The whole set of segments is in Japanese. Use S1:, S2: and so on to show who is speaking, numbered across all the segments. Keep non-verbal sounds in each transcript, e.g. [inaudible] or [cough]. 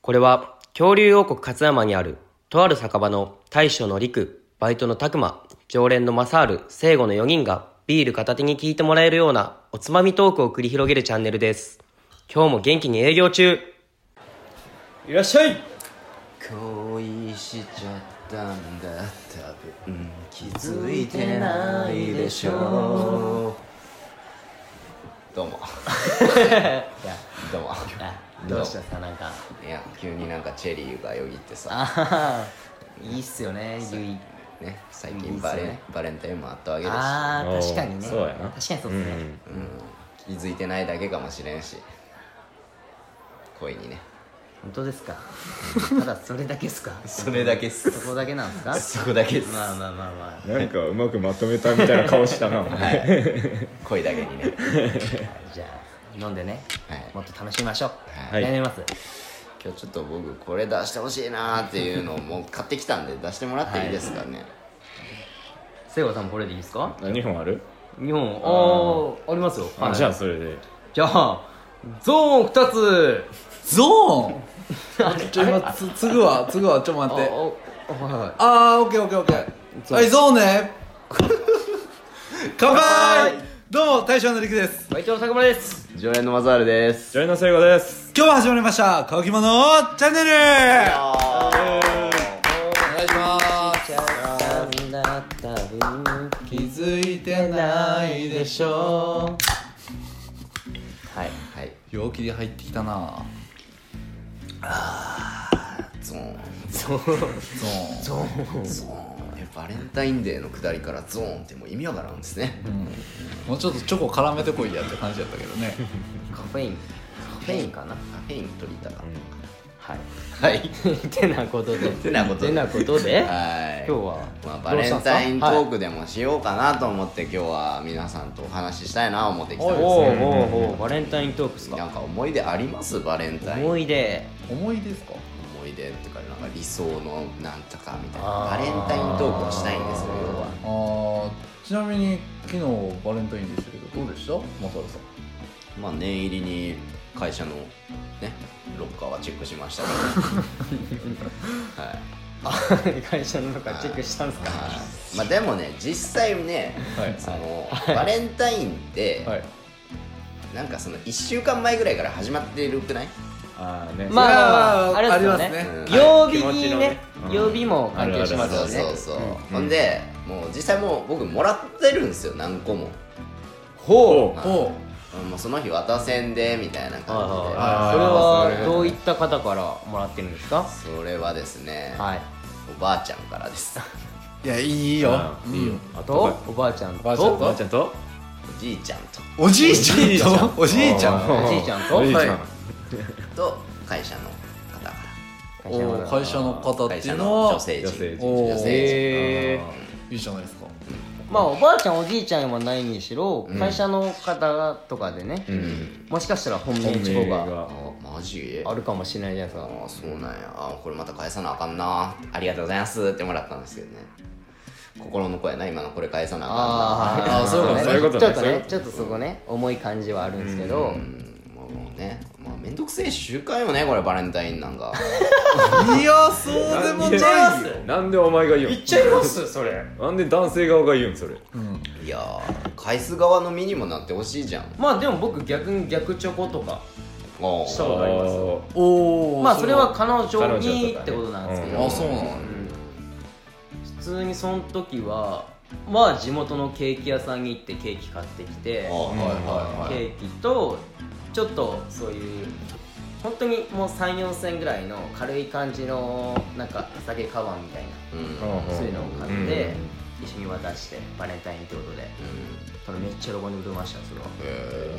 S1: これは恐竜王国勝山にあるとある酒場の大将の陸、バイトの拓磨、常連の正ル、聖護の4人がビール片手に聞いてもらえるようなおつまみトークを繰り広げるチャンネルです。今日も元気に営業中
S2: いらっしゃい
S3: 恋しちゃったんだ多分気づいてないでしょ
S2: [laughs]
S3: うどうもどうも
S2: どうしたさなんか
S3: いや急になんかチェリーがよぎってさ
S2: ああいいっすよねゆい
S3: ね最
S2: いいっ
S3: 近
S2: すよ
S3: バ
S2: ね
S3: レンバレンタインもあったわけですし
S2: ああ確かにね
S4: そうやな
S2: 確かにそうっすね、
S3: 気づいてないだけかもしれんし恋にね
S2: 本当ですかただそれだけっすか
S3: それだけっす
S2: そこだけなんですか
S3: そこだけです
S2: まあまあまあまあ
S4: なんかうまくまとめたみたいな顔したな
S3: 恋だけにね
S2: じゃあ飲んでね、
S3: はい
S2: もっと楽しみましょう、
S4: はい
S2: やります
S3: 今日ちょっと僕これ出してほしいなーっていうのをもう買ってきたんで出してもらっていいですかね、
S2: 聖子さんもこれでいいですか
S4: 何本ある
S2: 日本ああありますよ
S4: あ
S2: はい
S4: じゃあそれで
S2: じゃあゾーン2つ
S5: ゾーンちょ今つ継ぐわ継ぐわちょっと待って
S2: おおはいはい
S5: あーオッケーオッケーオッケーはいゾーン [laughs] ね乾杯どうも大将のりくです
S2: バイトの坂村です
S3: 常連のマザールです
S4: ジョイの聖子です
S5: 今日も始まりました乾き物チャンネルお願いします気づいてないでしょ
S3: はいはい
S5: 陽気で入ってきたな
S3: ゾーン
S5: ゾーン
S3: ゾーンえバレンタインデーのくだりからゾーンってもう意味わからんですね、
S5: もうちょっとチョコ絡めてこいやって感じだったけど [laughs] ね
S2: カフェインカフェインかな
S3: カフェイン取りたかっ
S2: はい
S3: たはい
S2: てなことで
S3: てなことで
S2: てなことで
S3: はい
S2: 今日は
S3: まあ、バレンタイントークでもしようかなと思って今日は皆さんとお話ししたいな思ってきたん
S2: お
S3: で
S2: う
S3: す
S2: お
S3: よ
S2: うおうおうバレンタイントークっす
S3: なん
S2: か
S3: か思い出ありますバレンタイン
S2: 思い出
S5: 思いですか
S3: 思い出とかなんか理想のなんとかみたいな
S2: あー
S3: バレンタイントークをしたいんですよ要は
S5: あーちなみに昨日バレンタインでしたけどどうでした松原さん
S3: まあ念入りに会社のねロッカーはチェックしまし
S2: [laughs]
S3: たから、はい
S2: 会社の中チェックしたんすか
S3: あーまあでもね実際ね
S5: はい
S3: そのバレンタインって、
S5: はい
S3: なんかその1週間前ぐらいから始まってるくない
S4: ああね
S2: まあまあまああ
S5: い
S2: れ
S5: やー
S2: ですよね
S3: ねうん
S2: 曜日
S4: はい気持
S2: に
S4: ちの
S2: ね
S4: ね
S2: 曜日も関係しま
S3: そう
S2: すよ
S3: そ
S2: ね
S3: うそう、ほんでもう実際もう僕もらってるんですよ何個も
S4: ほう
S5: おう
S3: もうその日渡せんでみたい
S2: は
S3: な
S2: いはい
S3: 感じで、
S2: はいそれはどういった方からもらってるんですか
S3: それはですね、
S2: はい
S3: おばあちゃんからです
S5: いやいいよ
S4: うんいいよあ
S2: と
S4: と
S2: おばあちゃん
S5: おばあちゃん
S4: おばあ
S2: と
S4: ちゃんと
S3: おじいちゃんと
S5: おじいちゃんとおじいちゃん
S2: おじいちゃんと
S4: おじいちゃ
S5: は
S4: ん
S5: い
S3: と会社の方か
S2: 会社の
S5: お会社の方
S3: ら会
S5: ってい
S3: 社
S5: う
S3: の
S5: のは
S3: 女性陣
S4: 女性陣
S5: おー
S3: 女性
S2: へー
S5: いいじゃないですか
S2: まあおばあちゃんおじいちゃんはないにしろ会社の方とかでねもしかしたら本命チコ
S4: 本命
S2: が
S4: が
S3: あマジ
S2: あるかもしれないじゃないです
S3: あ
S2: か
S3: ーそうなんやあーこれまた返さなあかんなありがとうございますってもらったんですけどね心の声やな今のこれ返さなあかんな
S2: あ
S5: あーそうかも
S4: そういうことね
S2: ちょっと
S4: そういう
S2: ね
S4: こ
S2: ちょっとそこね重い感じはあるんですけど
S3: うんもうもうねまあ面倒くせえ習慣よねこれバレンタインなんか
S5: いやそうでもないよ
S4: よなんでお前が言うん
S2: ちゃいますそれ
S4: なんで男性側が言うんそれ
S3: いやー返す側の身にもなってほしいじゃん
S2: まあでも僕逆に逆チョコとか
S3: お
S2: したことあります
S5: おお
S2: まあそれは彼女にってことなんですけど
S5: あそうなの
S2: 普通にその時はまあ地元のケーキ屋さんに行ってケーキ買ってきて
S3: はいは
S2: ケ
S3: いはい
S2: ーキとちょっとそういう本当にもう34千ぐらいの軽い感じのなんか酒カバンみたいな
S3: うんうん
S4: うん
S2: そういうのを買って
S4: うん
S2: 一緒に渡してバレンタインってことでそれめっちゃ喜んでくれましたよそれは
S3: え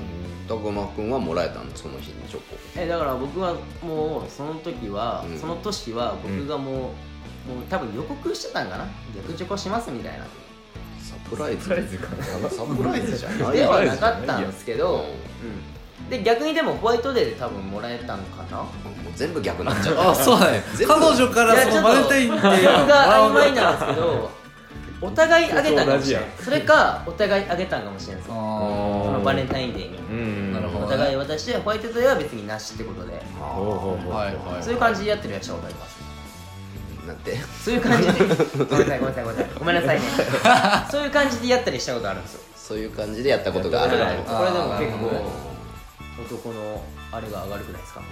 S3: ーたくまくんはもらえたのその日にチョコ
S2: えだから僕はもうその時は、
S3: うん
S2: その年は僕がもう、もう多分予告してたんかな逆チョコしますみたいな
S3: サプライズ
S4: サイズか
S3: サプライズじゃん
S2: では
S4: あれ
S2: なかったんですけ
S3: い
S2: ど
S3: や、
S2: うん、で逆にでもホワイトデーで多分もらえたんかな
S3: もう全部逆になっちゃった
S5: あそうだね
S3: 全部
S5: 彼女からそのバレンタインって
S2: 僕
S5: いう
S2: が曖
S5: のは
S2: 昧なんですけどお互いあげたんかもしれん
S4: そう同じ
S2: それかお互いあげたんかもしれんそ
S5: あ
S2: のバレンタインデーに
S4: うん
S5: なるほど
S2: お互い渡してホワイトデーは別になしってことで
S4: ほうほう
S5: あ
S4: ほう
S5: はいはいはい
S2: そういう感じでやってるやつは分かります
S3: なんて
S2: そういう感じでごめんなさいごめんなさいごめんなさいごめんなさいねそういう感じでやったりしたことあるんですよ
S3: そういう感じでやったことがあ
S2: こ
S3: るな
S2: れで
S3: と
S2: も
S3: 思っ
S2: 結
S5: あーなる
S2: 構男のあれが上がるくらいですか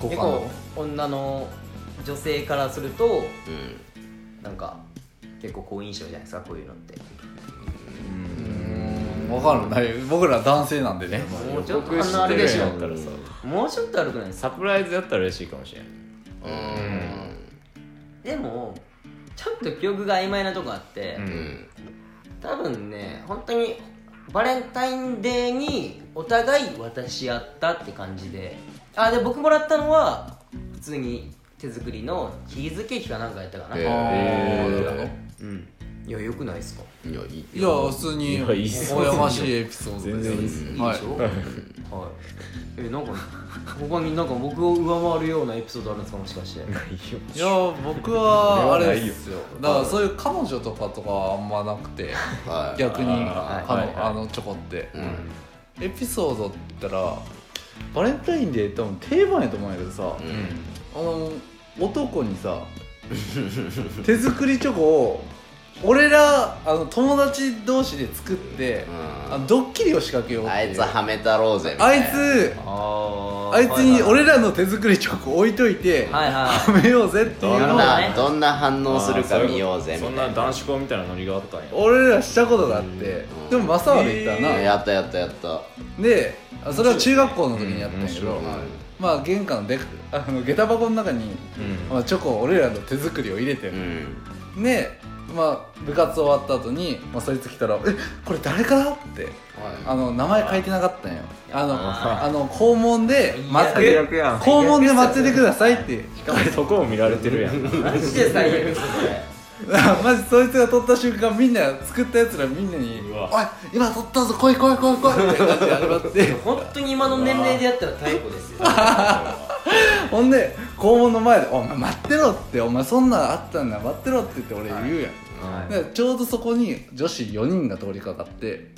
S5: 好
S2: 結
S5: 感度
S2: 構女の女性からすると
S3: てうん
S2: なんか結構好印象じゃないですかこういうのって
S5: うんわかるない僕ら男性なんでね
S2: もうちょっと
S4: 予告
S2: 反応あ
S4: して
S2: るで
S4: るや
S2: し
S4: ん
S2: ょ
S4: やったらさ
S2: もうちょっと悪くないです
S4: サプライズやったら嬉しいかもしれん
S2: でもちょっと記憶が曖昧なとこあって、
S4: うん
S3: うん
S2: 多分ね本当にバレンタインデーにお互い渡し合ったって感じであで僕もらったのは普通に手作りのチーズケーキかなんかやったかな、
S3: えー
S5: あー
S3: なる
S2: うんいやよくないですか
S3: ほどいやいい
S5: いや普通に
S4: いやいいっす
S5: 微
S4: よ
S5: 笑ましいエピソードです
S4: 全然いいっす
S5: ね
S2: いいでしょ、
S5: はい
S2: はいえなんか他になんか僕を上回るようなエピソードあるんですかもしかして
S5: いや僕はあ
S4: 俺はな
S5: れ
S4: いよ
S5: ですよだからそういう彼女とかとかはあんまなくて
S3: はい
S5: 逆に
S3: あ
S5: あ
S2: はいはい
S5: のあのチョコって
S3: ーうん
S5: エピソードって言ったらバレンタインデー多分定番やと思うんやけどさ
S4: うん
S5: あの男に [laughs] さ手作りチョコを俺らあの友達同士で作って
S3: うん
S5: あのドッキリを仕掛けようって
S3: あ
S5: う
S3: いつはめたろうぜみ
S5: あ
S3: た
S5: い
S3: いな
S5: つ
S2: あ
S5: あいつに俺らの手作りチョコ置いといて
S2: はいはい
S5: はめようぜってい
S3: ど
S5: うんのを
S2: なる
S3: な
S2: ほ
S3: どんな反応する
S4: あ
S3: か
S4: ーそういうこと
S3: 見ようぜみ
S4: そ
S3: たい
S4: ん
S3: な
S4: な男子校みたいなノリがあったんや
S5: 俺らしたことがあって
S3: ん
S5: でもマサまで行ったな
S3: やったやったやった
S5: であそれは中学校の時にやったんやけ
S4: う
S5: ど
S4: ん面白い
S5: まあ玄関のであの下駄箱の中に
S4: うん
S5: まあチョコを俺らの手作りを入れて
S3: うん
S5: でまあ部活終わった後にまあそいつ来たら「えこれ誰から?」ってあの名前書いてなかったんよあのあの校門で待って
S4: 最悪やん
S5: 校門で待っててくださいって
S4: そこを見られてるやん [laughs]
S2: マジで最悪ですね
S5: [laughs] マジそいつが取った瞬間みんな作ったやつらみんなに「
S4: うわ
S5: おい今取ったぞ来い来い来い来い」って感じで始まって
S4: [laughs]
S2: 本当に今の年齢でやったら逮捕ですよ
S5: ほんで校門の前で「お前待ってろ」って「お前そんなんあったんだ待ってろ」って言って俺言うやん、でちょうどそこに女子4人が通りかかって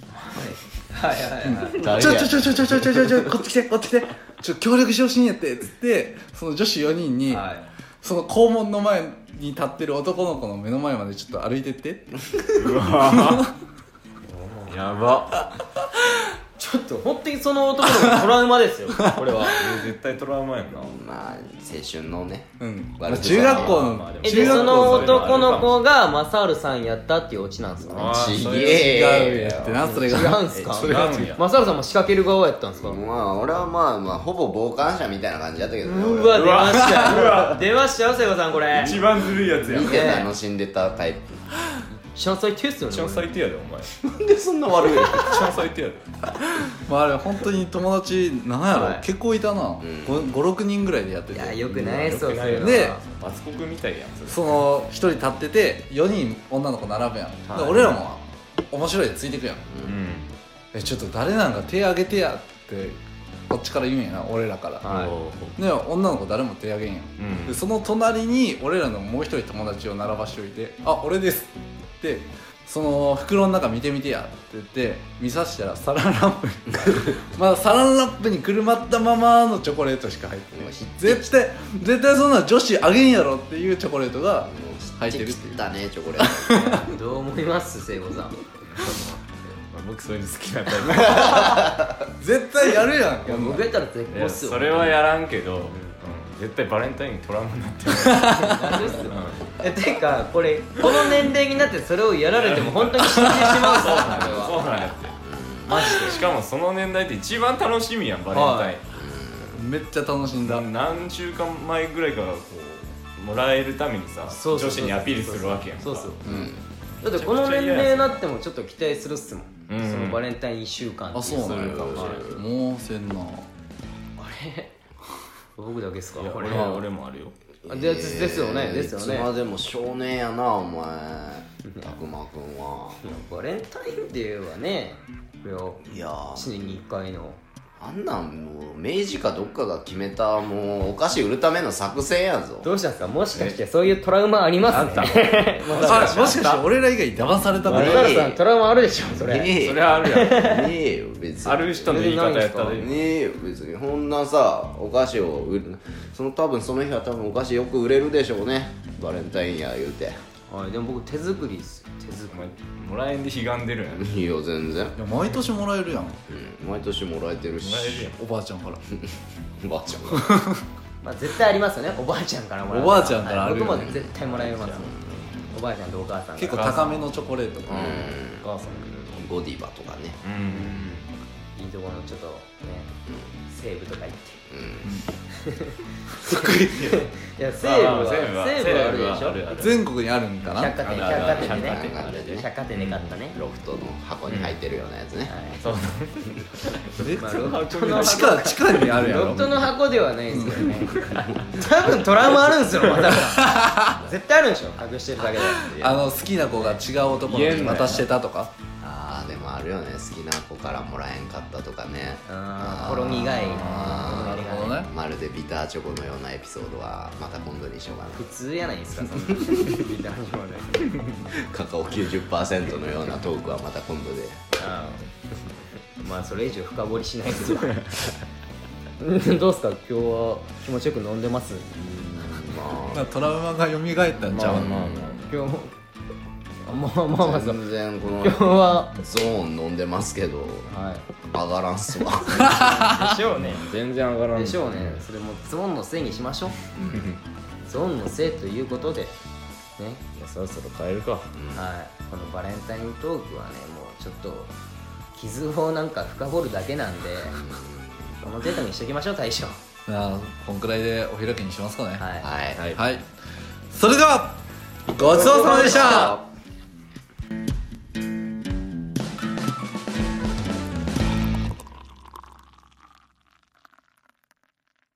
S2: はいはいはい
S5: 「ちょ
S3: 誰や
S5: ちょちょちょちょちょちょちょちょこっち来てこっち来てちょ協力してほしいんやって」っつってその女子4人に、
S2: はい
S5: その校門の前に立ってる男の子の目の前までちょっと歩いてって
S4: やば
S2: ちょっと本当にその男の子トラウマですよこれは
S4: 絶対トラウマやんな
S3: まあ青春のね
S5: うん、ま
S3: 悪
S5: あ
S3: く
S5: 中学
S4: ま
S5: 校
S4: あ
S5: の
S4: でも
S2: え
S5: 中
S2: で
S5: 学
S2: その
S5: 校の
S2: 男の子がマサールさんやったっていうオチなんですかね
S4: あー
S3: ち
S4: そ
S3: げ
S4: れ
S5: 違う
S3: え
S5: や
S3: よ
S5: ってなそれ
S2: 違
S5: が
S2: うんすか
S4: それが違う
S2: マサールさんも仕掛ける側やったんですか
S3: まあ俺はまあまあほぼ傍観者みたいな感じだったけどね
S2: う
S3: 俺
S2: わ出ましたよ出ましたよ聖子さんこれ
S4: 一番ずるいやつやん
S3: 見て楽しんでたタイプ
S2: 詳細テスト
S4: 一番最低やでお前一
S3: なんでそんな悪いの
S4: 番最低やで
S5: まああれ本当に友達なんやろ、
S2: はい
S5: 結構いたな、
S3: ん
S5: 五56人ぐらいでやって
S2: い
S5: て
S2: やよくないっすよ
S4: よくないよ
S2: それは
S5: で
S4: マツコ君みたいやんそれ
S5: その1人立ってて4人女の子並ぶやん、で俺らも面白いでついてくやん
S4: うん
S5: えちょっと誰なんか手挙げてやってこっちから言うんやな俺らから、
S2: は
S5: で女の子誰も手挙げんやん、
S4: うん
S5: でその隣に俺らのもう一人友達を並ばしておいて「あ俺です」ってその袋の中見てみてやって言って見さしたらサランラップ [laughs] にまだサランラップにくるまったままのチョコレートしか入ってない絶対絶対そんな女子あげんやろっていうチョコレートが入ってるっていう
S3: だねチョコレート
S2: いどう思います聖子さん
S4: まあ僕そういうの好きなタイプ
S5: 絶対やるやん
S2: いや
S5: [laughs] こんな
S2: 僕やったら絶
S4: い
S2: 好っ
S4: や
S2: すよ
S4: それはやらんけど、うん絶対バレンタインにトラウマになってる
S2: 大丈夫っすよ [laughs] えてかこれこの年齢になってそれをやられても本当に死んでしまうそうなんだ
S4: そうなんやってマジでしかもその年代って一番楽しみやんバレンタイ
S5: めっちゃ楽しん
S4: ン、
S5: だ
S4: な何週間前ぐらいからこうもらえるためにさ
S2: そうそうそう
S4: 女子にアピールするわけやんか
S2: そうそう
S3: うん
S2: だってこの年齢になってもちょっと期待するっすもん、
S4: うん
S2: そのバレンタイン1週間ってい
S5: あそうなんや
S2: れが
S5: もうせんな
S2: 僕だけですか
S4: いや
S2: これ
S4: 俺は俺もあるよ
S2: あでですですよねですよ
S3: い
S2: ね
S3: つまでも少年やなお前たくまくんは
S2: バレンタインデーはねこれを
S3: いやー
S2: 1年に1回の
S3: あんなんもう明治かどっかが決めたもうお菓子売るための作戦やぞ
S2: どうしたんですかもしかしてそういうトラウマありますね
S5: あもしかして俺ら以外騙された
S3: あ
S2: 松
S3: れ
S2: 原さんトラウマあるでしょそれ
S3: ねえ
S4: それはあるやん
S3: ねえよ別に
S4: ある人の言い方やったらいい
S3: ねえよ別にこんなさお菓子を売るその多分その日は多分お菓子よく売れるでしょうねバレンタインや言うて [laughs]
S2: はいでも僕手作りですよ手
S4: お
S2: 作
S4: 前もらえんでひがんでるやんもら
S3: いいよ全然、
S5: いや毎年もらえるやん
S3: うん、毎年もらえてるし
S4: えるやん
S5: おばあちゃんから
S3: おばあちゃ
S4: [laughs]
S3: んが
S2: まあ絶対ありますよねおばあちゃんからもらう
S5: おばあちゃんからあるよね
S2: はい僕も絶対もらえますもんおばあちゃんとお母さんから
S5: 結構高めのチョコレート
S3: う
S4: お母さんくれる
S3: んゴディバとかね
S4: うん
S2: いいところのちょっとね西部とか行っていや西部
S4: まあ
S2: は
S4: まあ西部は
S2: 西部はあるでしょ
S4: 西部はある
S5: 全国にあるんかな
S2: 百貨店
S4: あるあ
S2: 百貨
S4: る
S2: 店でね
S3: 百貨店でね
S2: 百貨店で買ったね
S3: ロフトの箱に入ってるようなやつね、
S2: はい
S4: そう
S5: え
S2: まあロフトの
S5: 地下地下にあるや
S2: ロ
S5: ろ
S2: フトの箱ではないですけどね多分トラウマあるんですよまだ絶対あるんでしょ隠してるだ [laughs] けで
S5: あの好きな子が違う男に渡してたとか
S3: ああでもあるよね好きな子からもらえんかったとかね
S2: あーほろ苦い
S5: なるほどね
S3: まるでビターチョコのようなエピソードはまた今度にしようかな
S2: 普通やないですかそんな見たらしょうがない
S3: カカオ90%のようなトークはまた今度で
S2: あーまあそれ以上深掘りしないです [laughs] わどうすか今日は気持ちよく飲んでます
S5: まあトラウマが蘇ったんちゃう、
S2: 今日もあまあまあまあそう
S3: 全然この
S2: 今日は
S3: ゾーン飲んでますけど
S2: は
S3: 上がらんっすわ
S2: いでしょうね
S4: 全然上がらん
S2: でしょうねそれもゾーンのせいにしましょうゾーンのせいということでね
S4: そろそろ変えるか
S2: はいこのバレンタイントークはねもうちょっと傷をなんか深掘るだけなんでこの程度にしときましょう大将は
S5: じゃあこんくらいでお開きにしますかね
S2: い
S3: はい
S5: はい、それではごちそうさまでした